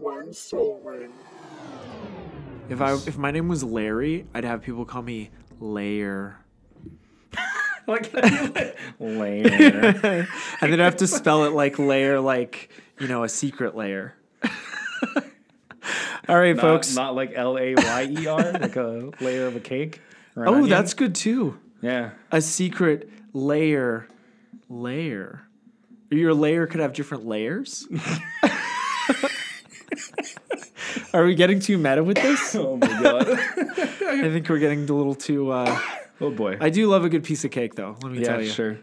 one sovereign. If I if my name was Larry, I'd have people call me Layer. Like layer. and then I'd have to spell it like layer, like you know, a secret layer. All right, Not- folks. Not like L A Y E R, like a layer of a cake. or an oh, onion. that's good too. yeah. A secret layer, layer. Your layer could have different layers. Are we getting too meta with this? Oh my god. I think we're getting a little too. Uh, oh boy. I do love a good piece of cake, though. Let me yeah, tell you. sure.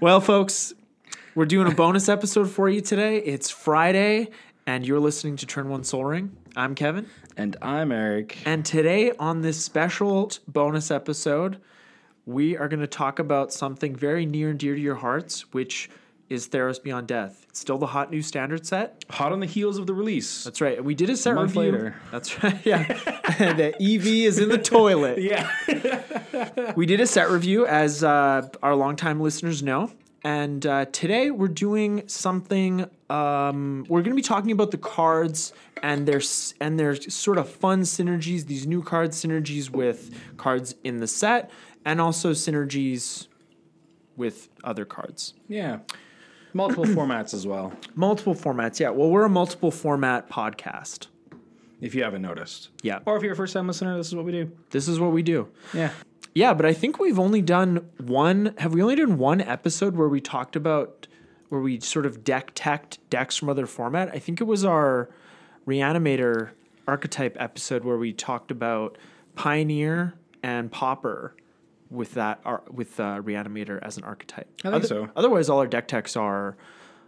Well, folks, we're doing a bonus episode for you today. It's Friday, and you're listening to Turn One Soul Ring. I'm Kevin. And I'm Eric. And today, on this special t- bonus episode, we are going to talk about something very near and dear to your hearts, which is Theros Beyond Death. It's still the hot new standard set. Hot on the heels of the release. That's right. We did a set Month review. later. That's right. Yeah. the EV is in the toilet. Yeah. We did a set review, as uh, our longtime listeners know. And uh, today we're doing something. Um, we're going to be talking about the cards and their s- and their sort of fun synergies. These new card synergies with cards in the set, and also synergies with other cards. Yeah. Multiple formats as well, Multiple formats, yeah. Well, we're a multiple format podcast. if you haven't noticed. Yeah, Or if you're a first time listener, this is what we do. this is what we do. Yeah. Yeah, but I think we've only done one. Have we only done one episode where we talked about where we sort of deck teched decks from other format? I think it was our reanimator archetype episode where we talked about pioneer and popper with that ar- with uh, reanimator as an archetype. I think Other- so. Otherwise, all our deck techs are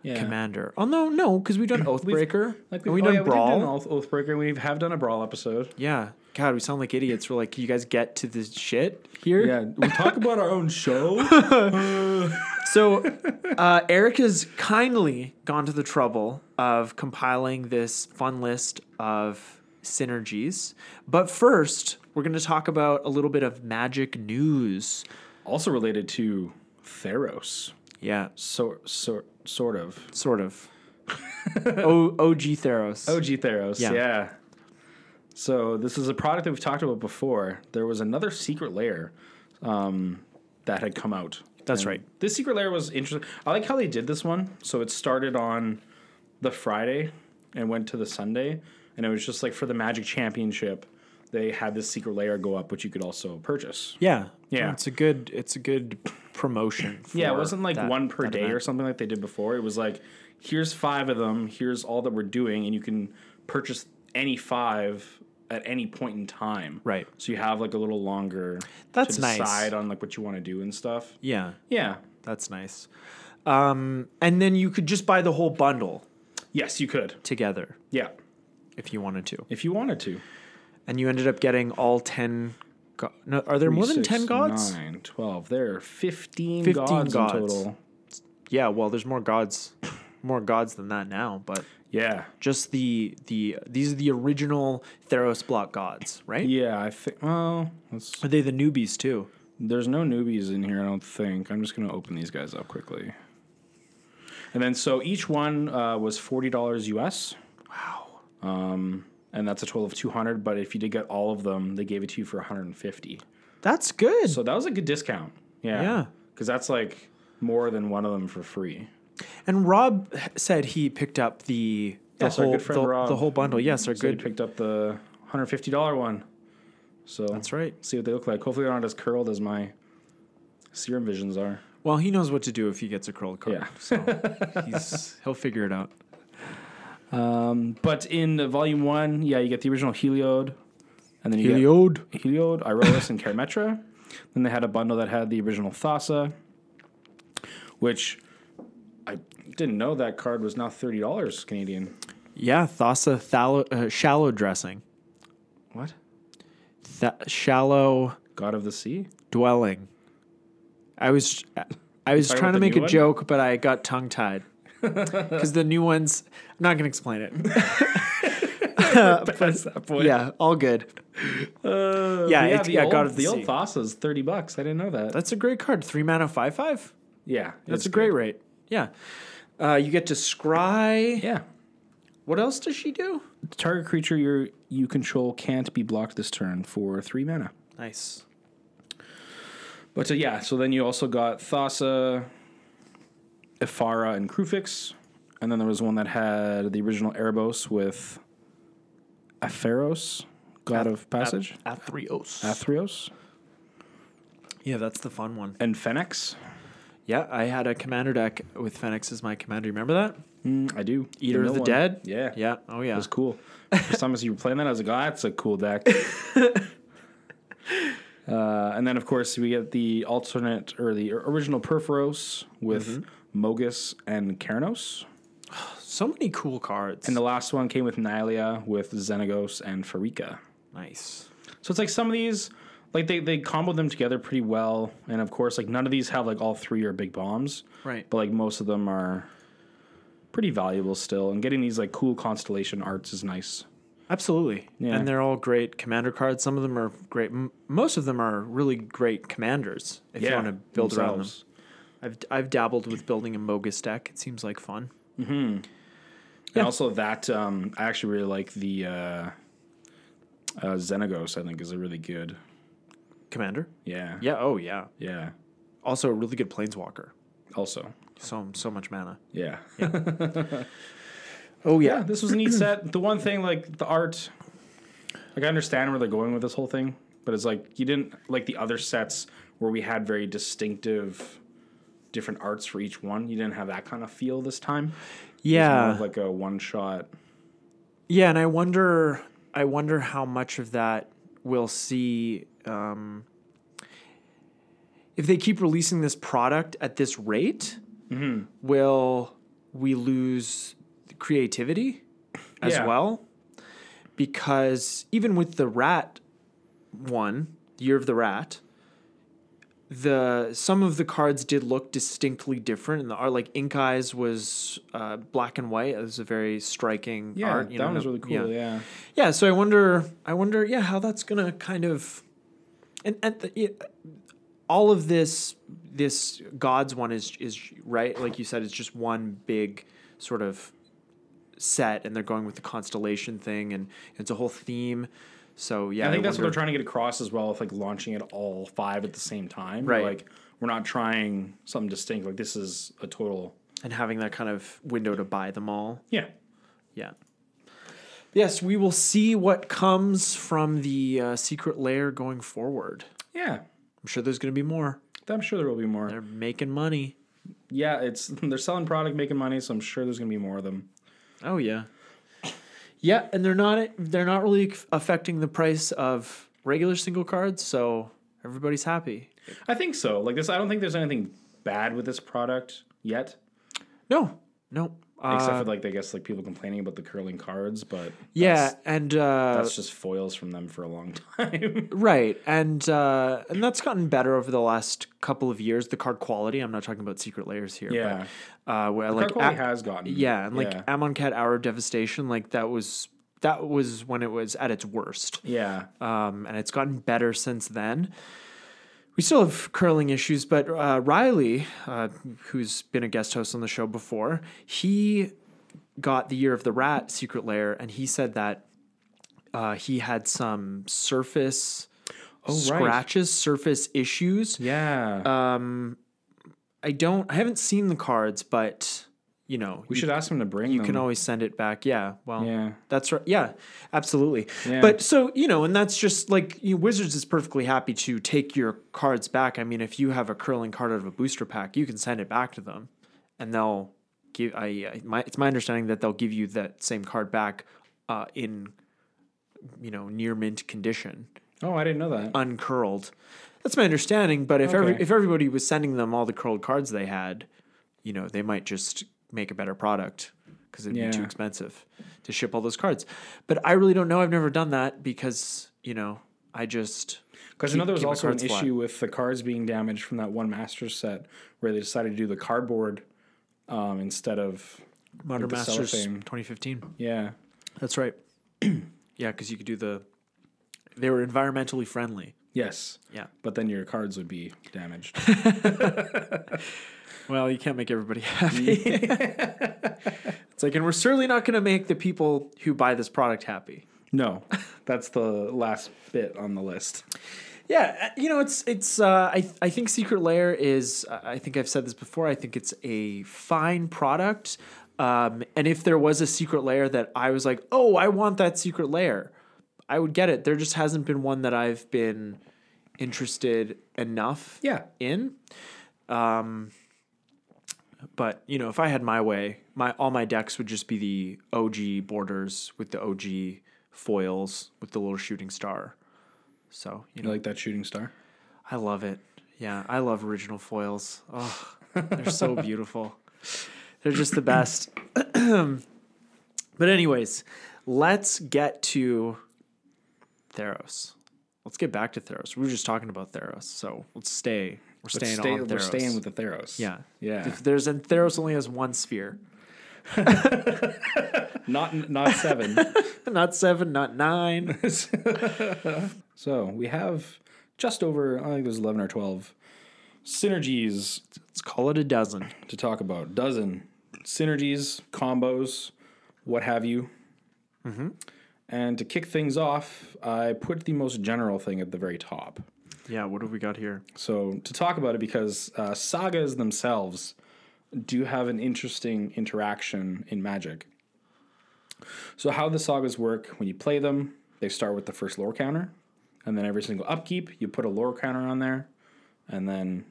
Yeah. commander. Oh no, no, because we've done oathbreaker. Like and we've we've, oh, done yeah, we did brawl. an Oath- Oathbreaker. We have done a brawl episode. yeah. God, we sound like idiots. We're like, you guys get to this shit here. Yeah, we talk about our own show. So, uh, Eric has kindly gone to the trouble of compiling this fun list of synergies. But first, we're going to talk about a little bit of magic news. also related to Theros, Yeah, so, so, sort of. sort of. o- OG Theros. OG Theros, Yeah. yeah. So this is a product that we've talked about before. There was another secret layer um, that had come out. That's right. This secret layer was interesting. I like how they did this one. So it started on the Friday and went to the Sunday, and it was just like for the Magic Championship, they had this secret layer go up, which you could also purchase. Yeah, Yeah. It's a good. It's a good promotion. For Yeah, it wasn't like that- one per that day or event. something like they did before. It was like, here's five of them. Here's all that we're doing, and you can purchase any five at any point in time. Right. So you have like a little longer That's to nice. decide on like what you want to do and stuff. Yeah, Yeah. that's nice. Um, and then you could just buy the whole bundle Yes, you could. together Yeah, if you wanted to. if you wanted to. and you ended up getting all 10 go- no, are there more than 10 gods 9, 12. There are 15, 15 gods, gods. in total. yeah well there's more gods more gods than that now but Yeah. just the the these are the original theros block gods right Yeah, I think. Well, let's, are they the newbies too There's no newbies in here, I don't think. I'm just going to open these guys up quickly. And then, so each one uh, was forty dollars US. Wow. Um, and that's a total of two hundred. But if you did get all of them, they gave it to you for one hundred and fifty. that's good So that was a good discount. Yeah. Yeah. Because that's like more than one of them for free. and rob said he picked up the the Yes, our whole good friend the, Rob. the whole bundle yes our So good you picked up the one hundred fifty dollar one. So that's right See what they look like. Hopefully, they're not as curled as my serum visions are. well he knows what to do if he gets a curled card Yeah. so he's he'll figure it out Um, but in volume one, yeah, you get the original Heliod, and then you heliod get Heliod, Irolas, and Karametra. Then they had a bundle that had the original Thassa, which I didn't know that card was now thirty dollars Canadian. yeah thassa thalo, uh, shallow dressing What? Th- shallow God of the Sea? dwelling. I was I was Sorry, trying what, to the make new a one? joke, but I got tongue tied because the new ones. I'm not gonna explain it. That's that point. Uh, yeah, all good. Uh, Yeah, but it's- yeah, old, God of the the old Sea. Thassa's thirty bucks. I didn't know that. That's a great card. Three mana, five five. yeah, That's it's a great good. rate. Yeah, uh, you get to scry Yeah, What else does she do? The target creature you you control can't be blocked this turn for three mana. Nice. But uh, yeah, so then you also got Thassa, Ifara, and Krufix. And then there was one that had the original Erebos with Atheros, God of Passage, Athreos. Athreos, yeah, that's the fun one. and Fenix. Yeah, I had a commander deck with Fenix as my commander. You remember that? Mm, I do. Eater of mill the one. Dead? Yeah. Yeah. Oh, yeah. It was cool. For some reason, you were playing that. I was like, oh, that's a cool deck. uh, and then, of course, we get the alternate or the original Perforos with Mm-hmm. Mogus and Keranos. So many cool cards. And the last one came with Nylia, with Xenagos and Farika. nice. So it's like some of these, like they, they comboed them together pretty well. And of course, like none of these have like all three are big bombs, Right. but like most of them are pretty valuable still. And getting these like cool constellation arts is nice. Absolutely. Yeah. And they're all great commander cards. Some of them are great. M- most of them are really great commanders if you want to build around them. themselves. I've, I've dabbled with building a Mogus deck. It seems like fun. And also that um, I actually really like the uh, uh, Xenagos. I think is a really good. Commander? Yeah. Yeah. Oh, yeah. Yeah. Also, a really good Planeswalker. Also. So, so much mana. Yeah. Oh, Yeah. This was a neat set. The one thing, like the art, like I understand where they're going with this whole thing, but it's like you didn't like the other sets where we had very distinctive, different arts for each one. You didn't have that kind of feel this time. It was more Yeah. of like a one shot. Yeah, and I wonder, I wonder how much of that we'll see um, if they keep releasing this product at this rate. Mm-hmm. Will we lose the creativity as Yeah. well? Because even with the rat one, Year of the Rat, the some of the cards did look distinctly different and the art like ink eyes was uh, black and white it was a very striking Yeah, art that one was really cool. Yeah. yeah so i wonder i wonder yeah how that's gonna kind of and at the yeah, all of this this god's one is is right like you said it's just one big sort of set and they're going with the constellation thing and it's a whole theme so yeah I think that's what wonder- they're trying to get across as well with like launching it all five at the same time. Right. Like we're not trying something distinct. Like this is a total. and having that kind of window to buy them all Yeah. Yeah. Yes, we will see what comes from the uh, secret layer going forward. Yeah. I'm sure there's going to be more. I'm sure there will be more. They're making money. yeah, it's they're selling product, making money, so I'm sure there's gonna be more of them. Oh yeah. Yeah, and they're not they're not really affecting the price of regular single cards, so everybody's happy. I think so. Like this, I don't think there's anything bad with this product yet, No, no. except Uh, for like I guess like people complaining about the curling cards, but yeah, that's, and uh, that's just foils from them for a long time. Right, and uh, and that's gotten better over the last couple of years. The card quality. I'm not talking about secret layers here. Yeah. but, uh, where Like, like quality a- has gotten yeah, and like Amon Cat Hour of Devastation, like that was that was when it was at its worst, yeah, um, and it's gotten better since then. We still have curling issues, but uh, Riley, uh, who's been a guest host on the show before, he got the Year of the Rat Secret Lair, and he said that uh, he had some surface Oh, right. scratches, surface issues. yeah. uh, I don't, I haven't seen the cards, but you know, we you should ask them to bring. You can always send it back. Yeah, well, Yeah. that's right. Yeah, absolutely. But so you know, and that's just like you, Wizards is perfectly happy to take your cards back. I mean, if you have a curling card out of a booster pack, you can send it back to them, and they'll give. I I- my it's my understanding that they'll give you that same card back uh, in you know near mint condition, Oh, I didn't know that. Uh, uncurled. That's my understanding. But if every Okay. if everybody was sending them all the curled cards they had, you know, they might just make a better product because it'd be too Yeah. expensive to ship all those cards. But I really don't know. I've never done that because you know I just Because I Keep- know there was keep my also an cards flat. issue with the cards being damaged from that one master set where they decided to do the cardboard um, instead of Modern the Masters cellophane. 2015. yeah. That's right. yeah, because you could do the. They were environmentally friendly. Yes. Yeah. But then your cards would be damaged. Well, you can't make everybody happy. it's like, and we're certainly not going to make the people who buy this product happy. no, that's the last bit on the list. Yeah, uh, you know, it's it's. Uh, I I think Secret Layer is. uh, I think I've said this before. I think it's a fine product. Um, and if there was a secret layer that I was like, oh, I want that secret layer, I would get it. There just hasn't been one that I've been interested enough Yeah. in. Um, but you know, if I had my way, my all my decks would just be the OG borders with the OG foils with the little shooting star. So you You know, like that shooting star? I love it. Yeah, I love original foils. Oh, they're so beautiful. They're just the best. but anyways, let's get to Theros. Let's get back to Theros. We were just talking about Theros, so let's stay. We're Let's staying stay- on Theros. We're staying with the Theros. Yeah. Yeah. If there's and Theros only has one sphere. not not seven. Not seven, not nine. so we have just over, I think there's 11 or 12 synergies Let's call it a dozen. to talk about. Dozen synergies, combos, what have you. Mm-hmm. And to kick things off, I put the most general thing at the very top. Yeah, what have we got here? So to talk about it, because uh, sagas themselves do have an interesting interaction in Magic. So how the sagas work when you play them? They start with the first lore counter, and then every single upkeep you put a lore counter on there, and then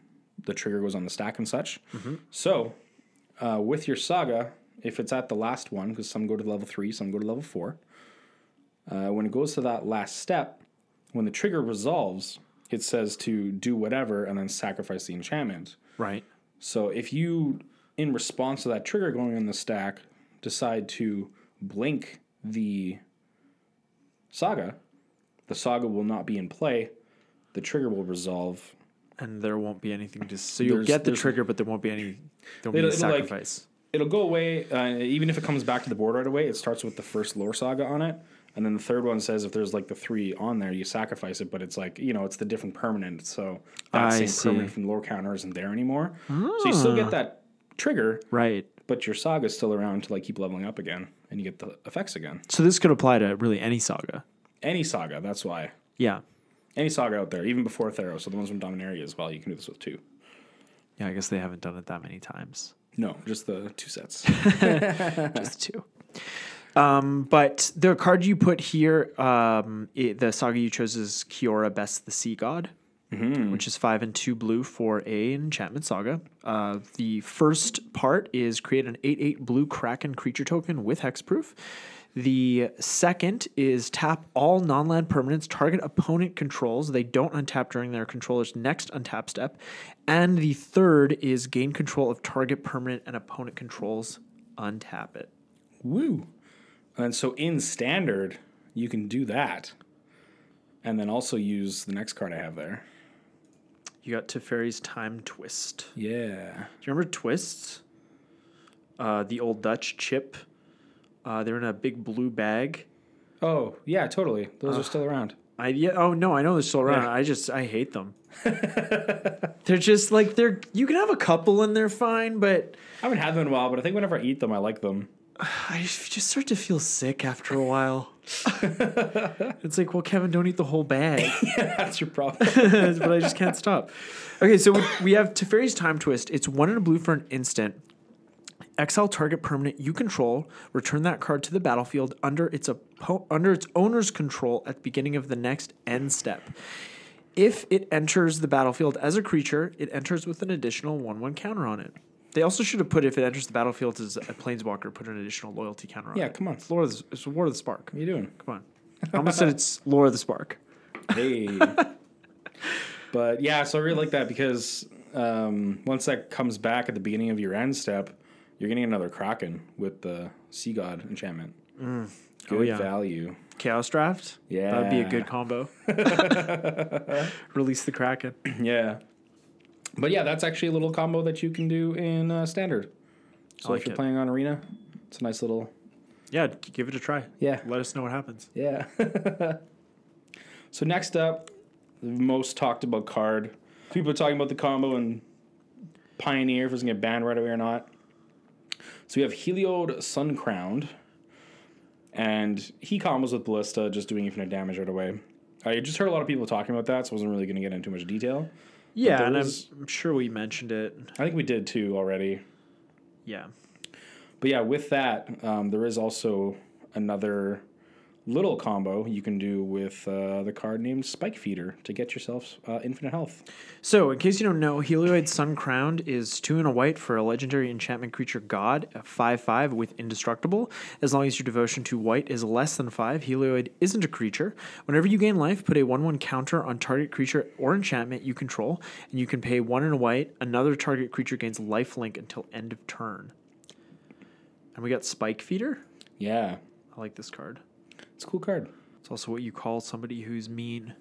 the trigger goes on the stack and such. So uh, with your saga, if it's at the last one, because some go to level three, some go to level four. Uh, when it goes to that last step, when the trigger resolves, it says to do whatever and then sacrifice the enchantment. Right. So if you, in response to that trigger going on the stack, decide to blink the saga, the saga will not be in play. The trigger will resolve. And there won't be anything to so you'll There's- get the there's- trigger, but there won't be any there'll be It'll- any it'll, like- sacrifice. It'll go away, uh, even if it comes back to the board right away. It starts with the first lore saga on it, and then the third one says if there's like the three on there, you sacrifice it. But it's like you know, it's the different permanent, so that I same see. Ah. permanent from lore counter isn't there anymore. So you still get that trigger, right. but your saga's still around to like keep leveling up again and you get the effects again So this could apply to really any saga. any saga that's why Yeah. any saga out there even before theros so the ones from dominaria as well you can do this with two Yeah, I guess they haven't done it that many times. no just the two sets Just two. Um, but the card you put here, um, it, the saga you chose is Kiora Best the Sea God, which is five and two blue for a enchantment saga. Uh, the first part is create an eight eight blue Kraken creature token with hexproof. The second is tap all non land permanents target opponent controls. They don't untap during their controller's next untap step. And the third is gain control of target permanent and opponent controls. Untap it. woo and so in standard you can do that and then also use the next card i have there You got Teferi's Time Twist. yeah Do you remember Twists? Uh, the old Dutch chip. Uh, they're in a big blue bag. oh yeah totally those are still around I yeah, oh no, I know they're still around. Yeah. I just I hate them. they're just like they're you can have a couple and they're fine, but i haven't had them in a while but i think whenever i eat them i like them I just start to feel sick after a while. it's like, well, Kevin, don't eat the whole bag. that's your problem but I just can't stop. Okay, so we, we have Teferi's Time Twist. It's one in a blue for an instant. Exile target permanent you control. Return that card to the battlefield under its oppo- under its owner's control at the beginning of the next end step. If it enters the battlefield as a creature, it enters with an additional one-one counter on it. They also should have put if it enters the battlefield as a planeswalker, put an additional loyalty counter on yeah it. come on It's Lore of the, it's War of the Spark. what are you doing Come on. I almost said it's Lore of the Spark. Hey. but yeah, so I really like that because um, once that comes back at the beginning of your end step, you're getting another Kraken with the Sea God enchantment. Good Oh, yeah. value. Chaos Draft. That would be a Yeah. good combo. Release the Kraken. Yeah. But yeah, that's actually a little combo that you can do in uh, standard. So like if you're it. playing on arena, it's a nice little Yeah, g- give it a try. yeah Let us know what happens. yeah. so next up, The most talked about card. People are talking about the combo and Pioneer if it's gonna get banned right away or not. So we have Heliod Suncrowned, and he combos with Ballista, just doing infinite damage right away. I just heard a lot of people talking about that, so I wasn't really gonna get into too much detail. Yeah, there and I'm, was- I'm sure we mentioned it. I think we did too already. Yeah. But yeah, with that, um, there is also another little combo you can do with uh, the card named Spike Feeder to get yourself uh, infinite health. So, in case you don't know, Helioid Sun Crowned is two and a white for a legendary enchantment creature god, a 5 5 with indestructible. As long as your devotion to white is less than 5, Helioid isn't a creature. Whenever you gain life, put a 1 1 counter on target creature or enchantment you control, and you can pay 1 and a white. Another target creature gains lifelink until end of turn. And we got Spike Feeder. Yeah, I like this card. it's a cool card. It's also what you call somebody who's mean.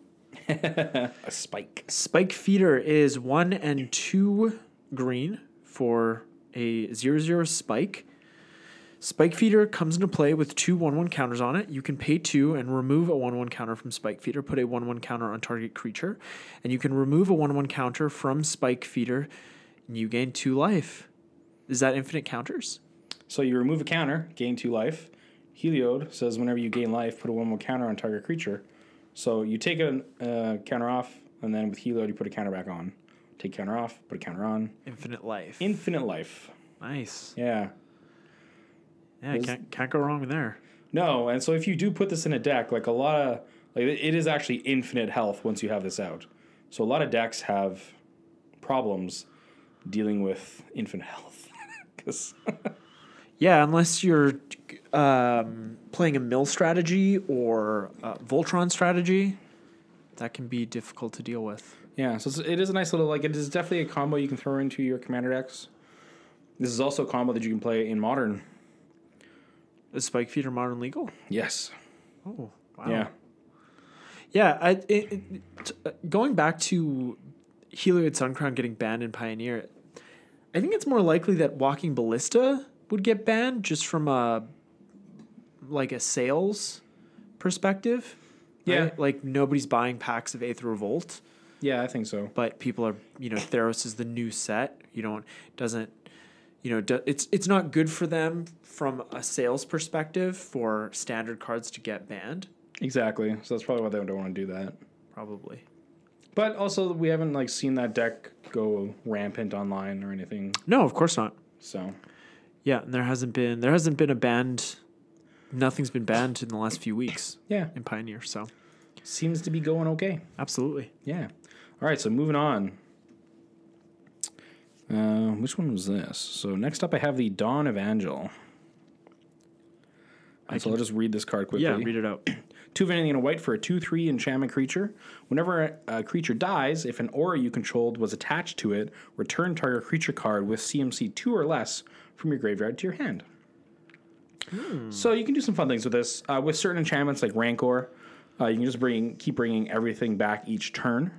A spike. Spike Feeder is one and two green for a zero zero spike. Spike Feeder comes into play with two 1 1 counters on it. You can pay two and remove a 1 1 counter from Spike Feeder, put a 1 1 counter on target creature, and you can remove a 1 1 counter from Spike Feeder, and you gain two life. Is that infinite counters? So you remove a counter, gain two life. Heliod says whenever you gain life, put a one more counter on target creature. So you take a uh, counter off, and then with Heliod, you put a counter back on. Take counter off, put a counter on. Infinite life. Infinite life. nice. Yeah. Yeah, can't, can't go wrong there. No, and so if you do put this in a deck, like a lot of like it is actually infinite health once you have this out. So a lot of decks have problems dealing with infinite health. 'Cause- Yeah, unless you're um, playing a mill strategy or a Voltron strategy, that can be difficult to deal with. yeah, so it's, it is a nice little like it is definitely a combo you can throw into your commander decks. This is also a combo that you can play in modern. Is Spike Feeder modern legal? Yes. Oh, wow. Yeah. Yeah, I, it, it, t- uh, going back to Helioid Suncrown getting banned in Pioneer, I think it's more likely that Walking Ballista would get banned just from a like a sales perspective. Yeah. Like nobody's buying packs of Aether Revolt. Yeah, I think so. but people are you know Theros is the new set. You don't doesn't you know do, it's it's not good for them from a sales perspective for standard cards to get banned Exactly. So that's probably why they don't want to do that. probably. But also we haven't like seen that deck go rampant online or anything. No, of course not. So Yeah, and there hasn't been there hasn't been a banned nothing's been banned in the last few weeks yeah, in Pioneer, so seems to be going okay. absolutely. Yeah. All right, so moving on. Uh, which one was this? So next up, I have the Dawn Evangel. And so I'll just read this card quickly. Yeah, read it out. Two vanilla and a white for a 2 3 enchantment creature. Whenever a, a creature dies, if an aura you controlled was attached to it, return target creature card with CMC 2 or less from your graveyard to your hand. So you can do some fun things with this. Uh, with certain enchantments like Rancor, uh, you can just bring keep bringing everything back each turn,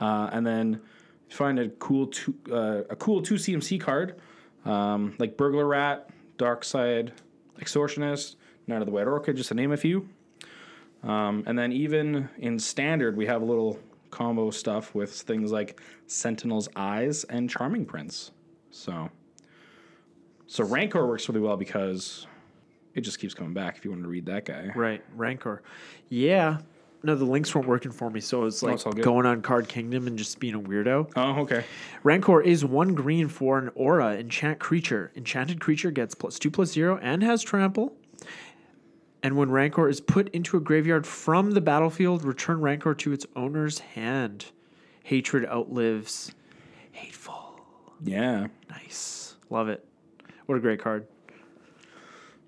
uh, and then find a cool two uh, a cool two CMC card um, like Burglar Rat, Dark Side, Extortionist, Knight of the White Orchid, just to name a few. Um, and then even in standard, we have a little combo stuff with things like Sentinel's Eyes and Charming Prince. So, so Rancor works really well because it just keeps coming back. If you wanted to read that guy, Right, Rancor. Yeah. No, the links weren't working for me, so it's like it's all good. going on Card Kingdom and just being a weirdo. oh okay, Rancor is one green for an aura enchant creature. Enchanted creature gets plus two plus zero and has trample. And when Rancor is put into a graveyard from the battlefield, return Rancor to its owner's hand. Hatred outlives hateful. yeah. Nice. Love it. What a great card.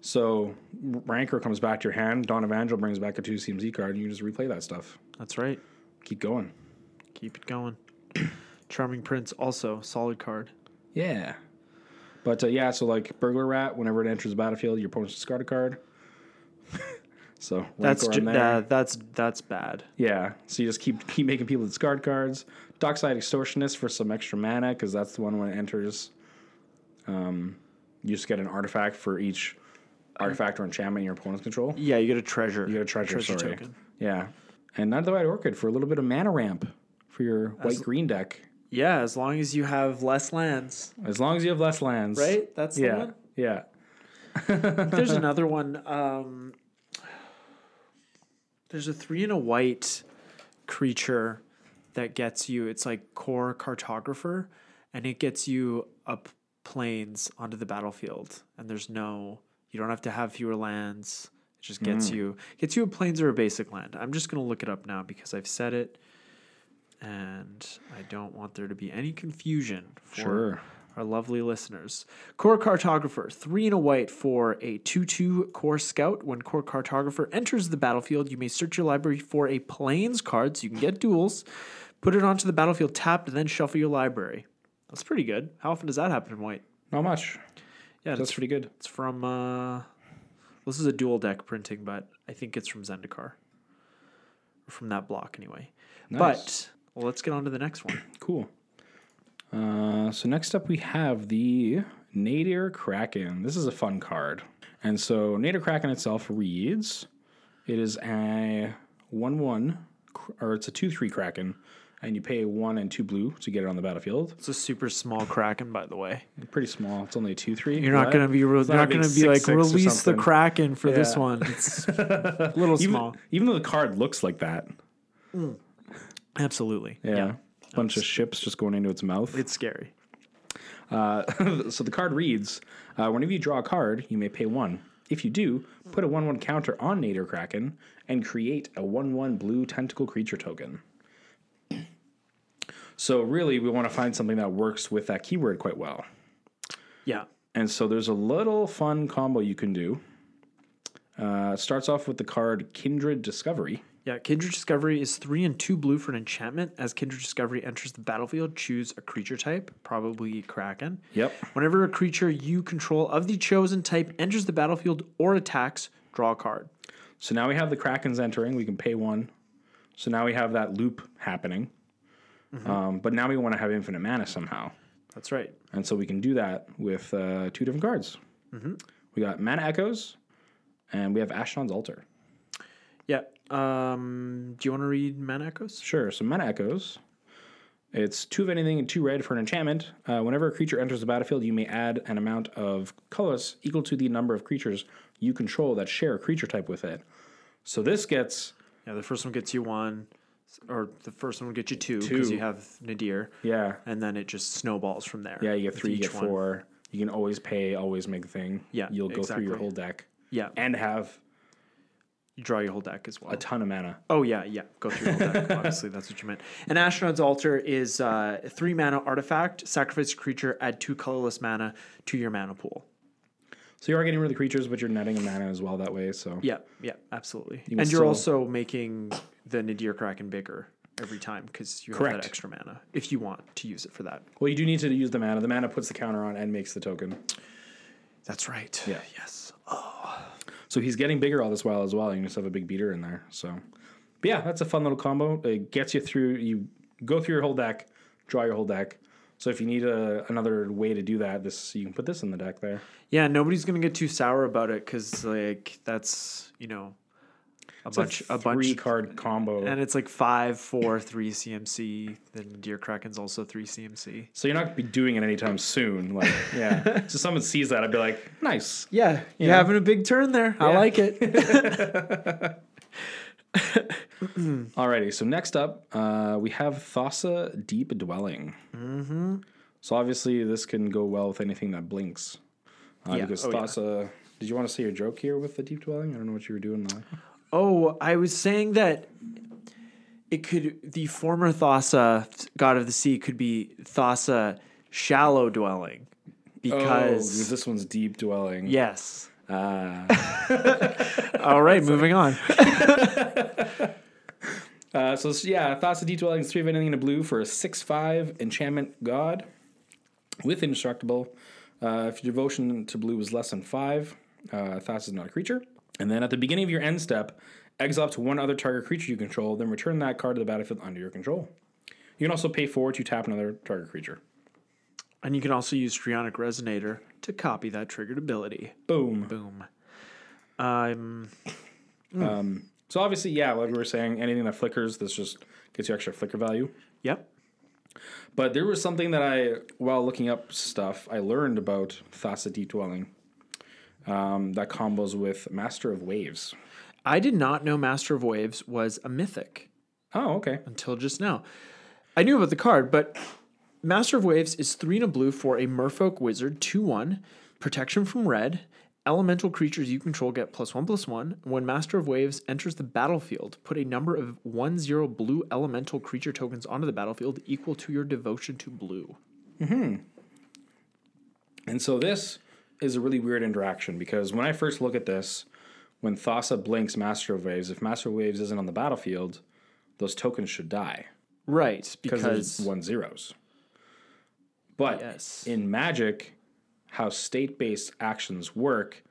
So Rancor comes back to your hand. Don Evangel brings back a two CMZ card, and you just replay that stuff. That's right. Keep going. Keep it going. Charming Prince, also solid card. Yeah. But uh, yeah, so like Burglar Rat, whenever it enters the battlefield, your opponent's discard a card. so That's Rancor ju- on uh, that's that's bad. Yeah, so you just keep keep making people discard cards. Dockside Extortionist for some extra mana because that's the one when it enters. Um, you just get an artifact for each artifact or enchantment your opponent's control. Yeah, you get a treasure. You get a treasure, sorry. Yeah, and Night of the White Orchid for a little bit of mana ramp for your white green deck. Yeah, as long as you have less lands, As long as you have less lands, right? That's the Yeah, one. yeah. There's another one. Um, there's a three and a white creature that gets you. It's like core cartographer, and it gets you up planes onto the battlefield. And there's no. You don't have to have fewer lands. It just gets you gets you a plains or a basic land. I'm just gonna look it up now because I've said it, and I don't want there to be any confusion. For Sure. our lovely listeners. Core Cartographer, three and a white for a 2 2 Core Scout. When Core Cartographer enters the battlefield, you may search your library for a Plains card so you can get duels, put it onto the battlefield tapped, and then shuffle your library. That's pretty good. How often does that happen in white? Not much. Yeah, That's it's, pretty good. it's from. Uh, well, this is a dual deck printing, but I think it's from Zendikar. Or from that block, anyway. Nice. But well, let's get on to the next one. Cool. Uh, so next up we have the Nadir Kraken. This is a fun card. And so Nadir Kraken itself reads, it is a one one, or it's a two three Kraken, and you pay one and two blue to get it on the battlefield. It's a super small Kraken, by the way. Pretty small. It's only a two three. You're not gonna be re- you're not a not big gonna be six, like six or release the something." kraken for this Yeah. one. It's a little even, small. even though the card looks like that. Absolutely, Yeah. Bunch of ships just going into its mouth. it's scary. Uh, so the card reads uh, Whenever you draw a card, you may pay one. If you do, put a 1 1 counter on Nader Kraken and create a 1 1 blue tentacle creature token. So, really, we want to find something that works with that keyword quite well. Yeah, And so, there's a little fun combo you can do. Uh, it starts off with the card Kindred Discovery. yeah. Kindred Discovery is three and two blue for an enchantment. As Kindred Discovery enters the battlefield, choose a creature type, probably kraken. Yep. Whenever a creature you control of the chosen type enters the battlefield or attacks, draw a card. So now we have the Krakens entering. We can pay one. So now we have that loop happening. Um, but now we want to have infinite mana somehow. That's right. And so we can do that with uh, two different cards. Mm-hmm. We got Mana Echoes, and we have Ashnon's Altar. Yeah. Um, do you want to read Mana Echoes? Sure, so Mana Echoes. It's two of anything and two red for an enchantment. Uh, whenever a creature enters the battlefield, you may add an amount of colorless equal to the number of creatures you control that share a creature type with it. So this gets Yeah. The first one gets you one, or the first one will get you two because Two. you have Nadir. yeah and then it just snowballs from there. yeah you get with three you each get one. four. You can always pay, always make a thing. Yeah, you'll go through your exactly. whole deck Yeah, and have you draw your whole deck as well. a ton of mana. oh yeah, yeah, go through your whole deck. Obviously, that's what you meant. And Astronaut's Altar is uh, a three mana artifact. Sacrifice a creature, add two colorless mana to your mana pool. So you are getting rid of the creatures, but you're netting a mana as well that way. So Yeah, yeah, absolutely. can and you're still- also making the Nadir Kraken bigger every time because you have Correct. that extra mana if you want to use it for that. Well, you do need to use the mana. The mana puts the counter on and makes the token. That's right. Yeah. Yes. So he's getting bigger all this while as well. You just have a big beater in there. So, but yeah, that's a fun little combo. It gets you through. You go through your whole deck, draw your whole deck. So if you need a, another way to do that, this you can put this in the deck there. Yeah, nobody's gonna get too sour about it because like that's you know a bunch a, bunch three card combo. And it's like five, four, three CMC. Then Deer Kraken's also three CMC. so you're not gonna be doing it anytime soon. Like yeah. so someone sees that, I'd be like, nice. Yeah, you're having a big turn there. I like it. Alrighty, so next up, uh, we have Thassa Deep Dwelling. Mm-hmm. So obviously, this can go well with anything that blinks. Uh, Yeah. Because Oh, yeah. Thassa, did you want to say your joke here with the Deep Dwelling? I don't know what you were doing there. oh, I was saying that it could the former Thassa, god of the sea, could be Thassa shallow dwelling Oh, because Oh, this one's Deep Dwelling. yes. Ah. All right, moving on. Uh, so it's- yeah, Thassa Deep Dwelling is three of anything in a blue for a six-five enchantment god with indestructible. Uh, if your devotion to blue is less than five, uh, Thassa is not a creature. And then at the beginning of your end step, exile up to one other target creature you control, then return that card to the battlefield under your control. You can also pay four to tap another target creature. And you can also use Trionic Resonator to copy that triggered ability. Boom. Boom. Um, So obviously, yeah, like we were saying, anything that flickers, this just gets you extra flicker value. Yep. But there was something that I, while looking up stuff, I learned about Thassa Deep Dwelling um, that combos with Master of Waves. I did not know Master of Waves was a mythic Oh, okay. until just now. I knew about the card, but Master of Waves is three and a blue for a Merfolk Wizard, 2 1, protection from red. Elemental creatures you control get plus one plus one. When Master of Waves enters the battlefield, put a number of one zero blue elemental creature tokens onto the battlefield equal to your devotion to blue. And so this is a really weird interaction because when I first look at this, when Thassa blinks Master of Waves, if Master of Waves isn't on the battlefield, those tokens should die Right, because there's because one zeros. But Yes. in Magic, how state based actions work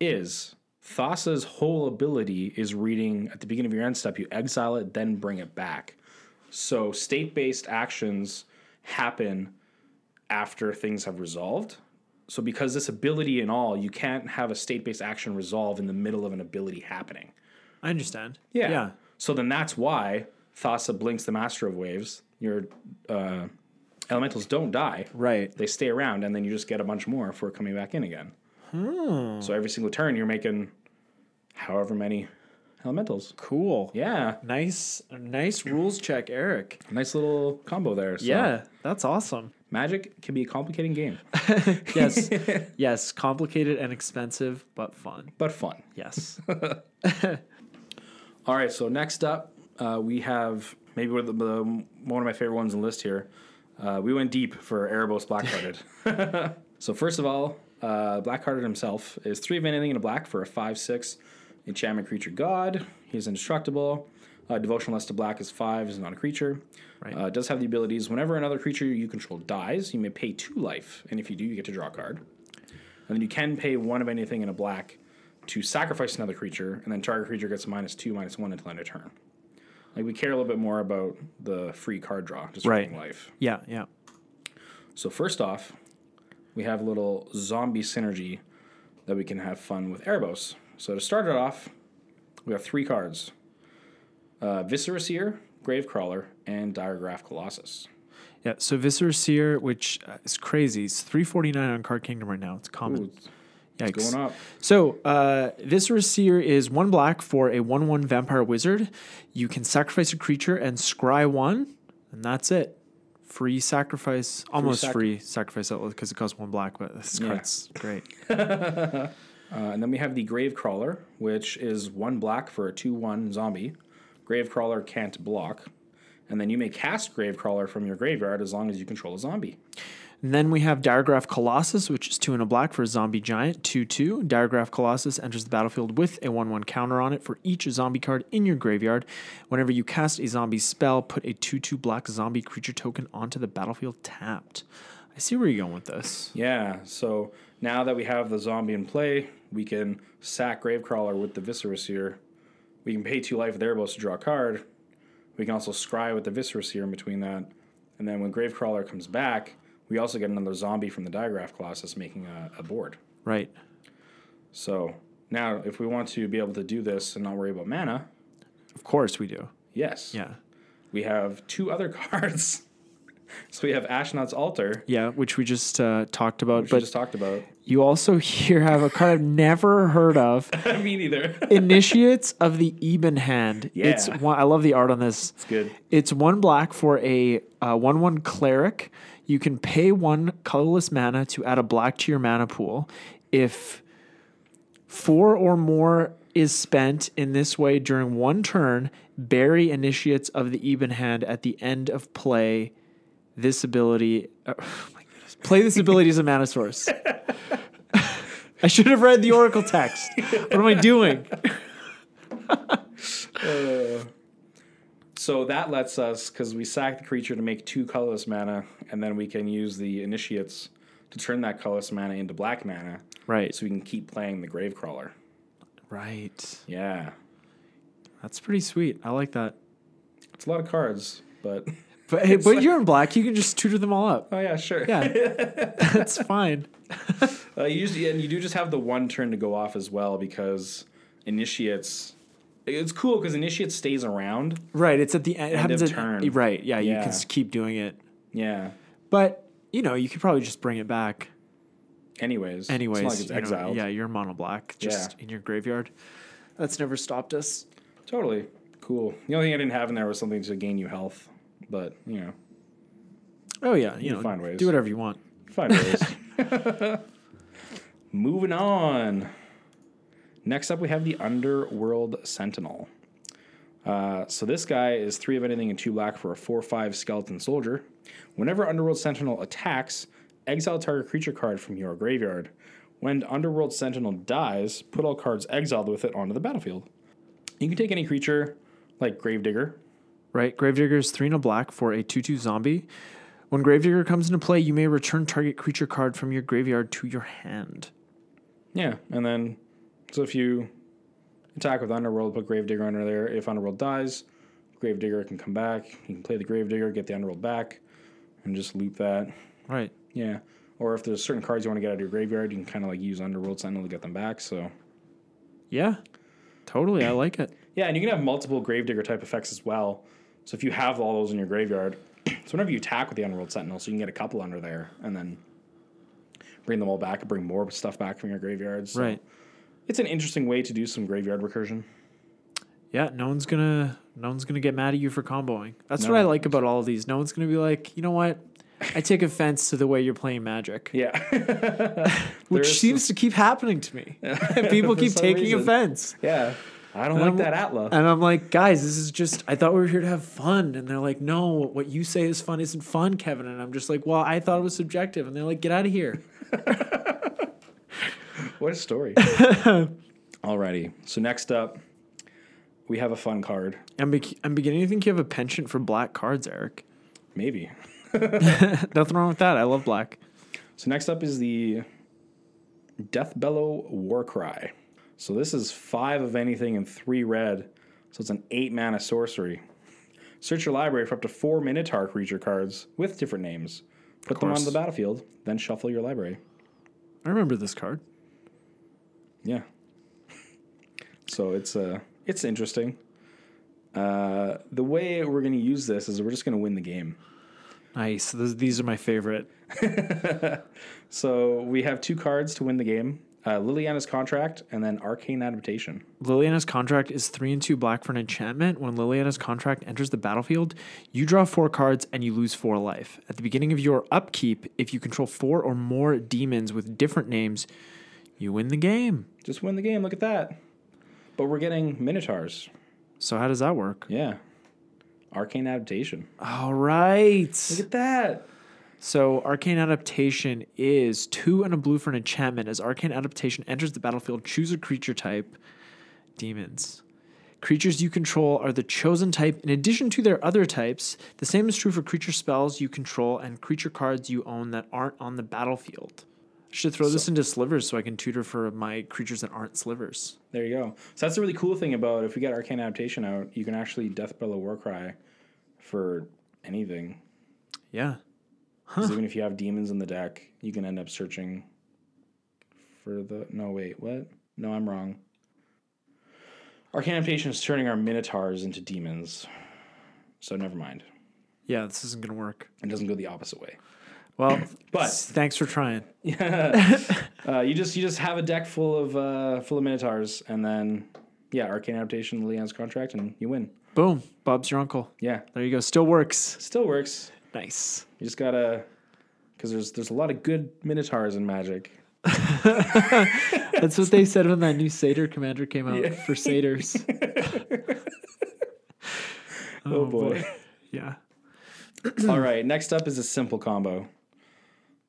is Thassa's whole ability is reading at the beginning of your end step, you exile it, then bring it back. So state based actions happen after things have resolved. So because this ability and all, you can't have a state based action resolve in the middle of an ability happening. I understand. Yeah. yeah, So then that's why Thassa blinks the Master of Waves. Your uh, elementals don't die. right. They stay around, and then you just get a bunch more for coming back in again. So every single turn, you're making however many elementals. Cool. Yeah. Nice, nice rules check, Eric. Nice little combo there. So Yeah, that's awesome. Magic can be a complicating game, Yes, yes, complicated and expensive, but fun. but fun. Yes. All right. So next up, uh, we have maybe one of, the, the- one of my favorite ones on the list here. Uh, we went deep for Erebos Blackhearted. so first of all, uh, Blackhearted himself is three of anything in a black for a five-six enchantment creature god. He's indestructible. Uh, devotion less to black is five. Is not a creature. Right. Uh, does have the abilities. Whenever another creature you control dies, you may pay two life, and if you do, you get to draw a card. And then you can pay one of anything in a black to sacrifice another creature, and then target creature gets minus two, minus one until end of turn. Like we care a little bit more about the free card draw, just Right. right. life. yeah, yeah. So first off, we have a little zombie synergy that we can have fun with Erebos. So to start it off, we have three cards: uh, Viscera Seer, Gravecrawler, and Diagraph Colossus. Yeah, so Viscera Seer, which uh, is crazy, it's 349 on Card Kingdom right now. It's common. Ooh, Yikes. Going up. So, uh, Viscera Seer is one black for a 1 1 vampire wizard. You can sacrifice a creature and scry one, and that's it. Free sacrifice, almost sac- free sacrifice because it costs one black, but this Yeah. card's great. Uh, and then we have the Gravecrawler, which is one black for a 2 1 zombie. Gravecrawler can't block. And then you may cast Gravecrawler from your graveyard as long as you control a zombie. And then we have Diagraph Colossus, which is two and a black for a zombie giant, 2 2. Diagraph Colossus enters the battlefield with a 1 1 counter on it for each zombie card in your graveyard. Whenever you cast a zombie spell, put a 2 2 black zombie creature token onto the battlefield tapped. I see where you're going with this. Yeah, so now that we have the zombie in play, we can sack Gravecrawler with the Viscera Seer. We can pay two life with Erebos to draw a card. We can also scry with the Viscera Seer in between that. And then when Gravecrawler comes back, we also get another zombie from the Diagraph Colossus making a, a board. Right. So now, if we want to be able to do this and not worry about mana, Of course we do. yes, Yeah. we have two other cards. so we have Ashnot's Altar, Yeah, which we just uh, talked about. which we but just talked about. you also here have a card I've never heard of Me neither. Initiates of the Eben Hand. It's Yeah. one, I love the art on this. it's good. It's one black for a uh, one one cleric. You can pay one colorless mana to add a black to your mana pool. If four or more is spent in this way during one turn, bury initiates of the even hand at the end of play. This ability, oh my goodness, play this ability as a mana source. I should have read the oracle text. What am I doing? So that lets us, because we sack the creature to make two colorless mana, and then we can use the initiates to turn that colorless mana into black mana, Right, so we can keep playing the Gravecrawler. right. Yeah, That's pretty sweet. I like that. it's a lot of cards, but But hey, but you're in black. You can just tutor them all up. oh yeah, sure. Yeah, that's fine. Uh, you just, and you do just have the one turn to go off as well because initiates It's cool because initiate stays around. Right. It's at the end. It happens of at e, turn. right. Yeah, you Yeah. can s- keep doing it, Yeah. but you know you could probably just bring it back Anyways. it's not anyways. like it's you know, exiled. yeah, you're mono black, just in your graveyard. That's never stopped us. Totally. Cool. The only thing I didn't have in there was something to gain you health, but you know, Oh yeah, you, know, find ways. do whatever you want. find ways. Moving on. Next up, we have the Underworld Sentinel. Uh, so this guy is three of anything and two black for a four-five skeleton soldier. Whenever Underworld Sentinel attacks, exile target creature card from your graveyard. When Underworld Sentinel dies, put all cards exiled with it onto the battlefield. You can take any creature, like Gravedigger, Right? Gravedigger is three and a black for a 2 2 zombie. When Gravedigger comes into play, you may return target creature card from your graveyard to your hand. Yeah, and then so if you attack with Underworld, put Gravedigger under there. If Underworld dies, Gravedigger can come back. You can play the Gravedigger, get the Underworld back, and just loop that. Right. Yeah. Or if there's certain cards you want to get out of your graveyard, you can kind of like use Underworld Sentinel to get them back. So Yeah. Totally. I like it. yeah, and you can have multiple Gravedigger type effects as well. So if you have all those in your graveyard, so whenever you attack with the Underworld Sentinel, so you can get a couple under there, and then bring them all back, bring more stuff back from your graveyards. So Right. It's an interesting way to do some graveyard recursion. Yeah, no one's gonna no one's gonna get mad at you for comboing. That's No. what I like about all of these. No one's gonna be like, you know what? I take offense to the way you're playing magic. Yeah. Which is seems to keep happening to me. People For keep some taking reason. offense. yeah. I don't I'm- like that Atla. And I'm like, guys, this is just, I thought we were here to have fun. And they're like, no, what you say is fun isn't fun, Kevin. And I'm just like, well, I thought it was subjective. And they're like, get out of here. what a story. Alrighty. So next up, we have a fun card. I'm, be- I'm beginning to think you have a penchant for black cards, Eric. Maybe. Nothing wrong with that. I love black. So next up is the Death Bellow War Cry. So this is five of anything and three red. So it's an eight mana sorcery. Search your library for up to four Minotaur creature cards with different names. Put them onto course. the battlefield, then shuffle your library. I remember this card. Yeah. So it's uh it's interesting. Uh, the way we're gonna use this is we're just gonna win the game. Nice. Those, these are my favorite. So we have two cards to win the game: uh, Liliana's Contract and then Arcane Adaptation. Liliana's contract is three and two black for an enchantment. When Liliana's contract enters the battlefield, you draw four cards and you lose four life. At the beginning of your upkeep, if you control four or more demons with different names, you win the game. Just win the game. Look at that. But we're getting Minotaurs. So how does that work? Yeah. Arcane Adaptation. All right. Look at that. So arcane adaptation is two and a blue for an enchantment. As arcane adaptation enters the battlefield, choose a creature type. Demons. Creatures you control are the chosen type in addition to their other types. The same is true for creature spells you control and creature cards you own that aren't on the battlefield. I should throw this into slivers so I can tutor for my creatures that aren't slivers. There you go. So that's the really cool thing about if we get Arcane Adaptation out, you can actually Death Bellow Warcry for anything. Yeah. 'Cause even if you have demons in the deck, you can end up searching for the. No, wait, what? No, I'm wrong. Arcane Adaptation is turning our Minotaurs into demons. So never mind. Yeah, this isn't going to work. It doesn't go the opposite way. Well, But- s- thanks for trying. Uh, you just you just have a deck full of uh, full of Minotaurs, and then yeah, Arcane Adaptation, Leon's contract, and you win. Boom. Bob's your uncle. Yeah, There you go. Still works. still works. Nice. You just gotta because there's there's a lot of good Minotaurs in Magic. That's what they said when that new Seder commander came out for Satyrs. Oh, boy. yeah. All right, next up is a simple combo.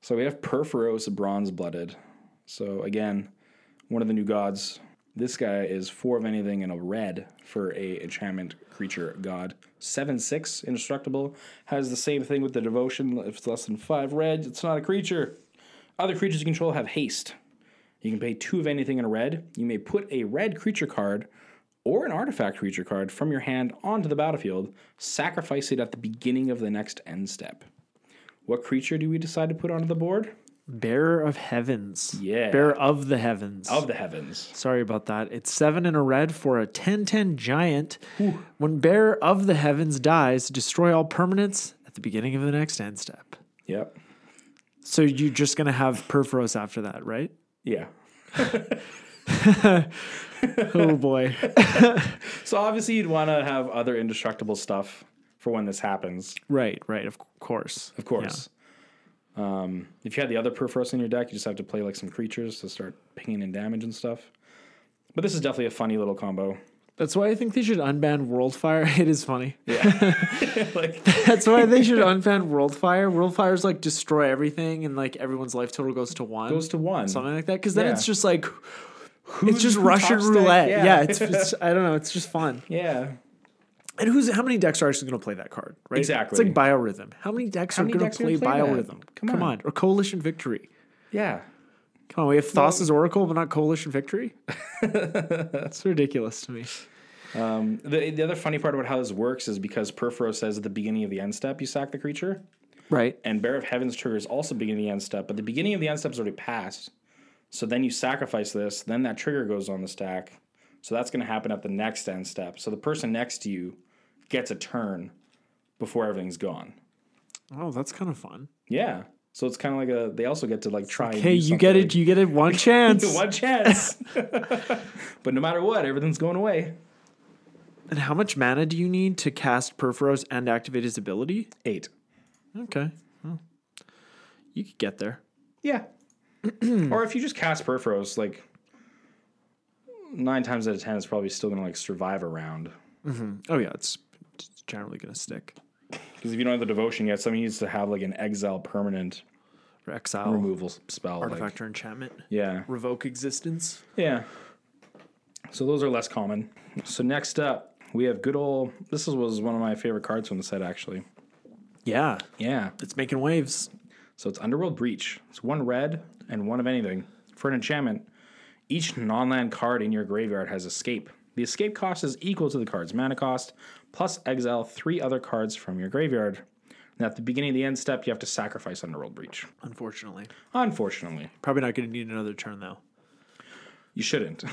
So we have Perforos Bronze Blooded. So again, one of the new gods. This guy is four of anything and a red for a enchantment creature god. Seven six indestructible has the same thing with the devotion. If it's less than five red, it's not a creature. Other creatures you control have haste. You can pay two of anything in a red. You may put a red creature card or an artifact creature card from your hand onto the battlefield, sacrifice it at the beginning of the next end step. What creature do we decide to put onto the board? Bearer of Heavens. Yeah. Bearer of the Heavens. Of the heavens. Sorry about that. It's seven and a red for a 10 10 giant. When Bearer of the Heavens dies, destroy all permanents at the beginning of the next end step. Yep. So you're just going to have Perforos after that, right? Yeah. Oh boy. So obviously you'd want to have other indestructible stuff for when this happens, right, right. Of course. of course. Um, if you had the other Perforos in your deck, you just have to play like some creatures to start pinging in damage and stuff. But this is definitely a funny little combo. That's why I think they should unban Worldfire. It is funny. like That's why they should unban Worldfire. Worldfire's like destroy everything and like everyone's life total goes to one. goes to one. something like that. Because then Yeah. it's just like it's just who Russian tops deck? roulette. Yeah. Yeah, it's, it's I don't know. It's just fun. Yeah. And who's how many decks are actually going to play that card? Right. Exactly. It's like biorhythm. How many decks are many going decks to are gonna play, play that? biorhythm? Come Come on. on, or coalition victory. Yeah. Come on, we have Thassa's Oracle, but not Coalition Victory. That's ridiculous to me. The, the other funny part about how this works is because Perforo says at the beginning of the end step you sack the creature, Right. and Bear of Heaven's trigger is also beginning of the end step, but the beginning of the end step is already passed. So then you sacrifice this, then that trigger goes on the stack. So that's going to happen at the next end step. So the person next to you gets a turn before everything's gone. Oh, that's kind of fun. Yeah. So it's kind of like a they also get to like try. and Hey, do you get something. it. You get it. One chance. One chance. but no matter what, everything's going away. And how much mana do you need to cast Perforos and activate his ability? Eight. Okay. Well, you could get there. Yeah. or if you just cast Perforos, like nine times out of ten, it's probably still gonna like survive a round. Oh yeah, it's, it's generally going to stick. Because if you don't have the devotion yet, somebody needs to have like an exile permanent Or exile, removal s- spell. like- artifact, or enchantment, yeah. revoke existence. Yeah. So those are less common. So next up, we have good old. This is- was one of my favorite cards from the set, actually. Yeah, Yeah. it's making waves. So it's Underworld Breach. It's one red and one of anything. For an enchantment, each non land card in your graveyard has escape. The escape cost is equal to the card's mana cost, plus exile three other cards from your graveyard. And at the beginning of the end step, you have to sacrifice Underworld Breach. Unfortunately, Unfortunately, probably not going to need another turn though. you shouldn't.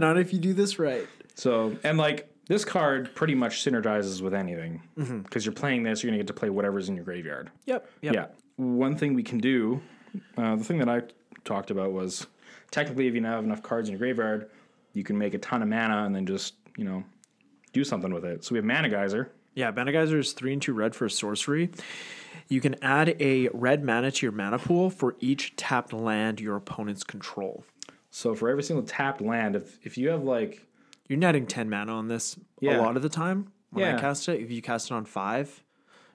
not if you do this right. so, and like this card pretty much synergizes with anything because you're playing this, you're going to get to play whatever's in your graveyard. Yep. Yep. Yeah. One thing we can do, uh, the thing that I talked about was technically, if you now have enough cards in your graveyard, you can make a ton of mana and then just, you know, do something with it. So we have Mana Geyser. Yeah, Mana Geyser is three and two red for sorcery. You can add a red mana to your mana pool for each tapped land your opponents control. So for every single tapped land, if, if you have like, You're netting ten mana on this a Yeah. lot of the time. When Yeah. I cast it, if you cast it on five,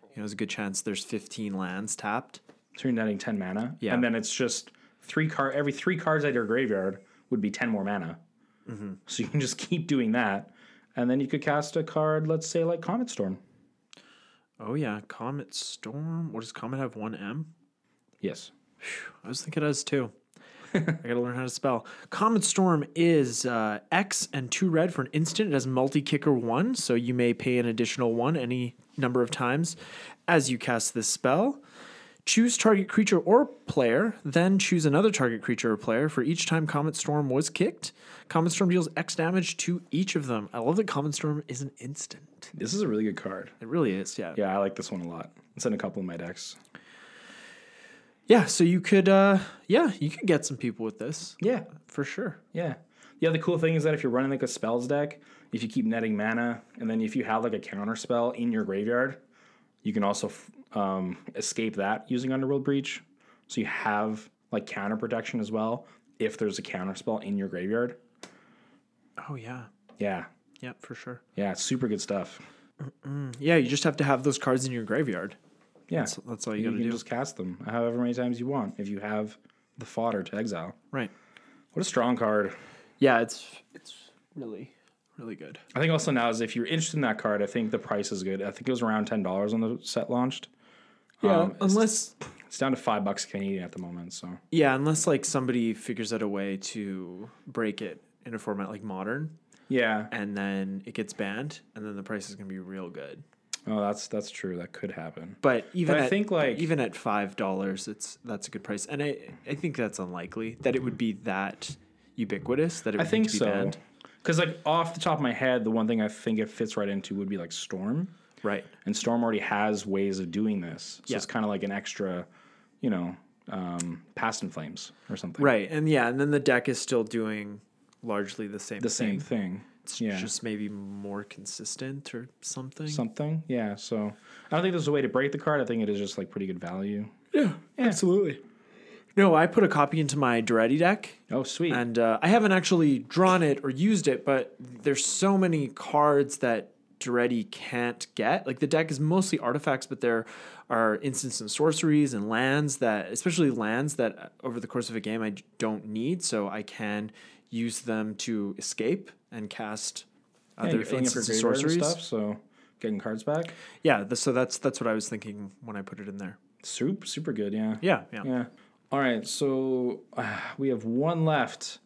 you know, there's a good chance there's 15 lands tapped. so you're netting 10 mana, Yeah. and then it's just three card, every three cards at your graveyard would be 10 more mana. So you can just keep doing that. And then you could cast a card, let's say like Comet Storm. Oh yeah, Comet Storm. What does Comet have? One M. Yes. I was thinking it has two. I gotta learn how to spell. Comet Storm is uh, X and two red for an instant. It has multi kicker one, so you may pay an additional one any number of times as you cast this spell. Choose target creature or player, then choose another target creature or player for each time Comet Storm was kicked. Comet Storm deals X damage to each of them. I love that Comet Storm is an instant. This is a really good card. It really is, yeah. Yeah, I like this one a lot. It's in a couple of my decks. Yeah, so you could, uh, yeah, you could get some people with this Yeah, for sure. yeah. The other cool thing is that if you're running like a spells deck, if you keep netting mana, and then if you have like a counter spell in your graveyard, you can also f- um, escape that using Underworld Breach. So you have like counter protection as well if there's a counter spell in your graveyard. Oh yeah, Yeah, yeah, for sure. yeah, it's super good stuff. Yeah, you just have to have those cards in your graveyard. Yeah, That's, that's all you you got can to do. just cast them however many times you want if you have the fodder to exile. Right. What a strong card. Yeah, it's it's really really good. I think also now is if you're interested in that card, I think the price is good. I think it was around ten dollars when the set launched. Yeah, Um, unless It's down to five bucks Canadian at the moment. So yeah, unless like somebody figures out a way to break it in a format like modern, yeah, and then it gets banned, and then the price is gonna be real good. Oh, that's that's true. That could happen. But even But I at, think, like- even at five dollars, it's that's a good price, and I I think that's unlikely that it would be that ubiquitous that it I would think need to be so. banned. Because like off the top of my head, the one thing I think it fits right into would be like Storm, Right. and Storm already has ways of doing this, so Yeah. it's kind of like an extra, you know, um, past and flames or something. Right. And yeah, and then the deck is still doing largely the same The same thing. It's yeah. just maybe more consistent or something. something. Yeah. So I don't think there's a way to break the card. I think it is just like pretty good value. yeah, absolutely. No, I put a copy into my Duretti deck, Oh, sweet. and uh, I haven't actually drawn it or used it, but there's so many cards that Duretti can't get. Like the deck is mostly artifacts, but there are instants and sorceries and lands that, especially lands that uh, over the course of a game I d- don't need, so I can use them to escape and cast Yeah, other you're filling up your instants and graveyard and sorceries. stuff, so getting cards back. Yeah, th so that's that's what I was thinking when I put it in there. Super, super good. Yeah. Yeah, yeah. Yeah. All right. So uh, we have one left,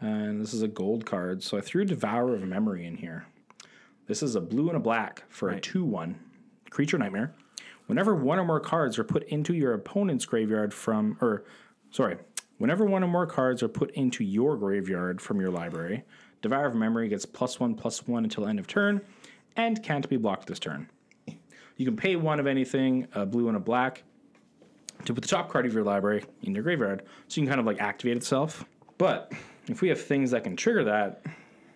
and this is a gold card. So I threw Devourer of Memory in here. This is a blue and a black for a 2 1 creature nightmare. Whenever one or more cards are put into your opponent's graveyard from, or sorry, whenever one or more cards are put into your graveyard from your library, Devourer of Memory gets plus one plus one until end of turn and can't be blocked this turn. You can pay one of anything, a blue and a black, to put the top card of your library in your graveyard so you can kind of like activate itself. But if we have things that can trigger that,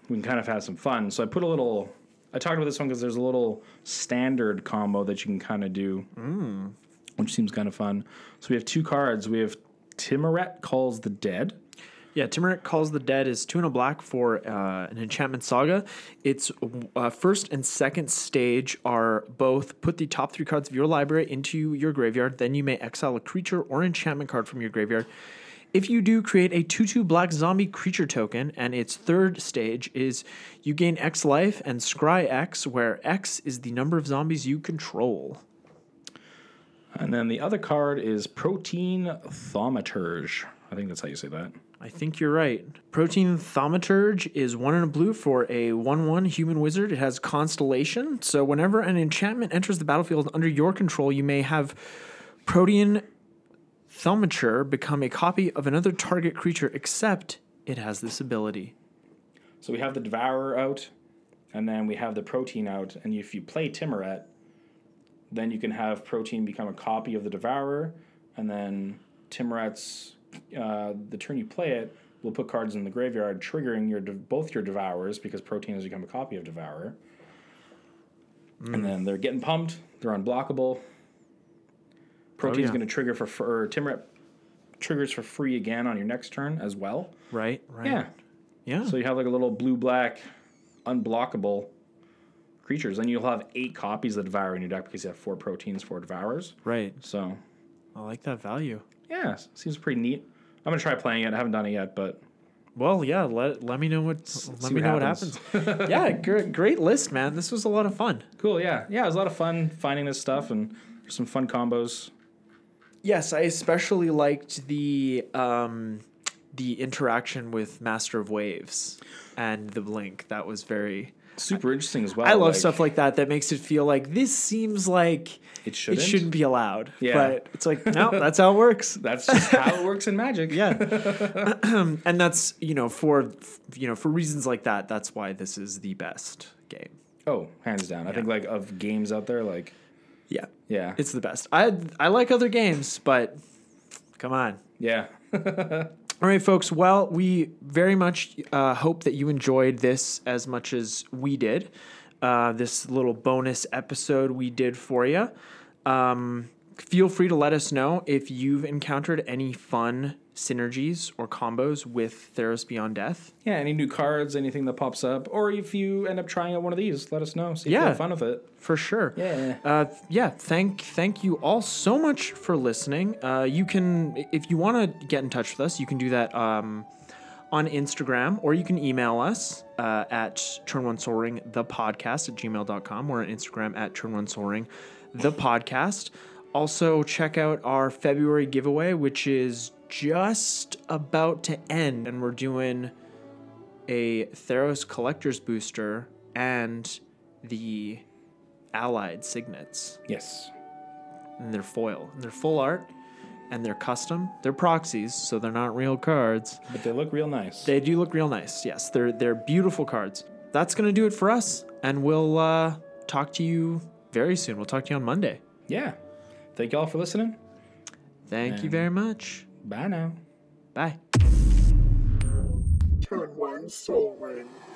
we can kind of have some fun. So I put a little, I talked about this one because there's a little standard combo that you can kind of do, which seems kind of fun. So we have two cards. We have Timoret Calls the Dead. Yeah, Timurit Calls the Dead is two and a black for uh, an enchantment saga. Its uh, first and second stage are both put the top three cards of your library into your graveyard, then you may exile a creature or enchantment card from your graveyard. If you do, create a 2 2 black zombie creature token, and its third stage is you gain X life and scry X, where X is the number of zombies you control. And then the other card is Protein Thaumaturge. I think that's how you say that. I think you're right. Protein Thaumaturge is one in a blue for a 1 1 human wizard. It has Constellation. So, whenever an enchantment enters the battlefield under your control, you may have Protean Thaumaturge become a copy of another target creature, except it has this ability. So we have the Devourer out, and then we have the Protein out. And if you play Timoret, then you can have Protein become a copy of the Devourer, and then Timoret's uh, the turn you play it will put cards in the graveyard, triggering your de- both your Devourers because Protein has become a copy of Devourer. And then they're getting pumped. They're unblockable. Protein's yeah. going to trigger for fr- or Timoret triggers for free again on your next turn as well. Right? Right. Yeah. Yeah. So you have like a little blue black unblockable creatures. Then you'll have eight copies of Devour in your deck because you have four proteins, four devours. right. So I like that value. yeah, s- seems pretty neat. I'm gonna try playing it. I haven't done it yet, but Well, yeah, let, let me know what let see me what know happens. what happens. yeah, gr- great list, man. This was a lot of fun. cool, yeah. Yeah, it was a lot of fun finding this stuff and there's some fun combos. Yes, I especially liked the um, the interaction with Master of Waves and the Blink. That was very. Super interesting as well. I love stuff like that. That makes it feel like this seems like it shouldn't. it shouldn't be allowed. Yeah. But it's like no, that's how it works. That's just how it works in Magic. Yeah, and that's you know for you know for reasons like that. That's why this is the best game. Oh, hands down. I think like of games out there, like Yeah, yeah, it's the best. I I like other games, but come on, yeah. All right, folks. Well, we very much uh, hope that you enjoyed this as much as we did. Uh, this little bonus episode we did for you. Um, feel free to let us know if you've encountered any fun synergies or combos with Theros Beyond Death. Yeah, any new cards, anything that pops up, or if you end up trying out one of these, let us know. See if Yeah. you have fun with it. for sure. Yeah. Uh, yeah. Thank thank you all so much for listening. Uh, you can if you want to get in touch with us, you can do that um, on Instagram or you can email us uh, at turn one soul ring the podcast at gmail.com or on Instagram at turn one soul ring the podcast. Also check out our February giveaway, which is just about to end, and we're doing a Theros collector's booster and the allied signets Yes. and they're foil and they're full art and they're custom. They're proxies, so they're not real cards. But they look real nice. They do look real nice. Yes, they're they're beautiful cards. That's gonna do it for us, and we'll uh, talk to you very soon. We'll talk to you on Monday. yeah. Thank y'all for listening. Thank you very much. Bye now. Bye. Turn one soul ring